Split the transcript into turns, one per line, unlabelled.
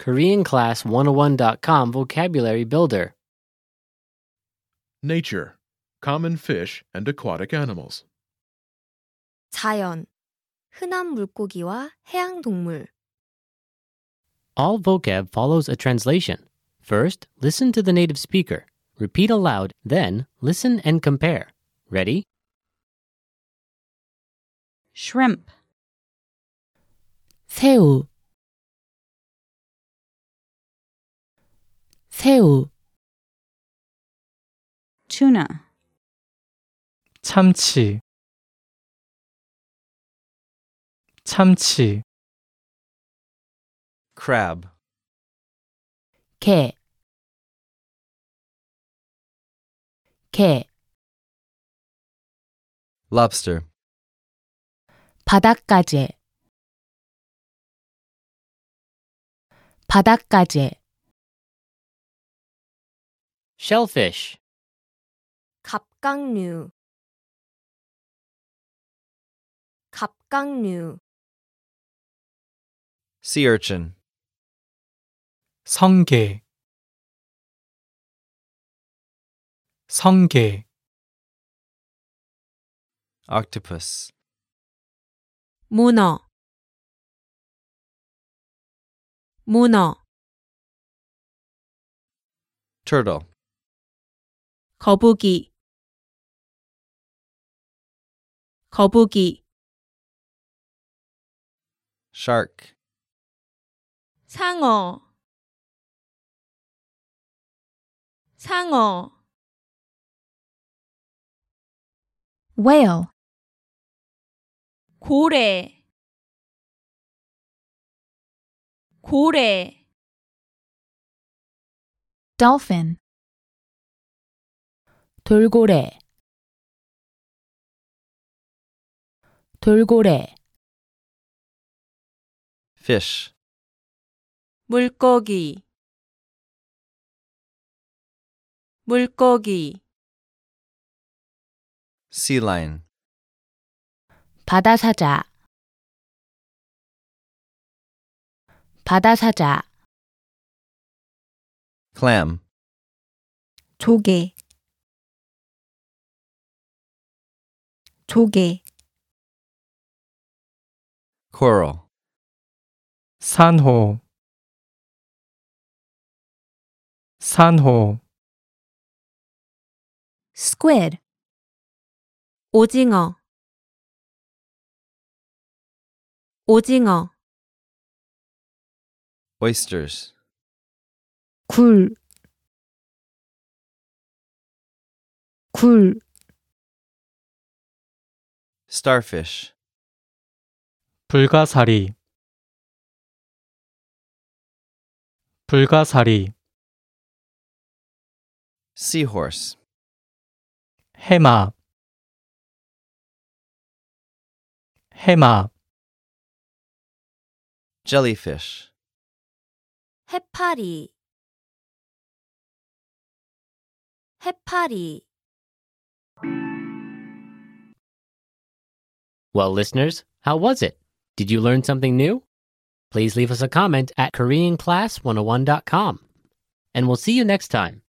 KoreanClass101.com Vocabulary Builder.
Nature, common fish and aquatic animals.
자연, 흔한 물고기와 해양 동물,
All vocab follows a translation. First, listen to the native speaker. Repeat aloud, then, listen and compare. Ready?
shrimp,
새우 새우
tuna,
참치 참치 crab
게, 게,
lobster
바닷가재, 바닷가재,
Shellfish.
갑각류. 갑각류,
sea urchin 성게 성게 octopus
문어, 문어,
turtle
거북이, 거북이,
shark
상어, 상어,
whale,
고래, 고래.
dolphin,
돌고래 돌고래
fish
물고기 물고기
sea lion
바다사자 바다사자
clam
조개, 조개,
coral
산호 산호
squid,
오징어 오징어
oysters
굴, 굴,
starfish
불가사리 불가사리
seahorse
해마 해마
jellyfish
해파리, 해파리.
Well, listeners, how was it? Did you learn something new? oh Please leave us a comment at KoreanClass101.com. And we'll see you next time.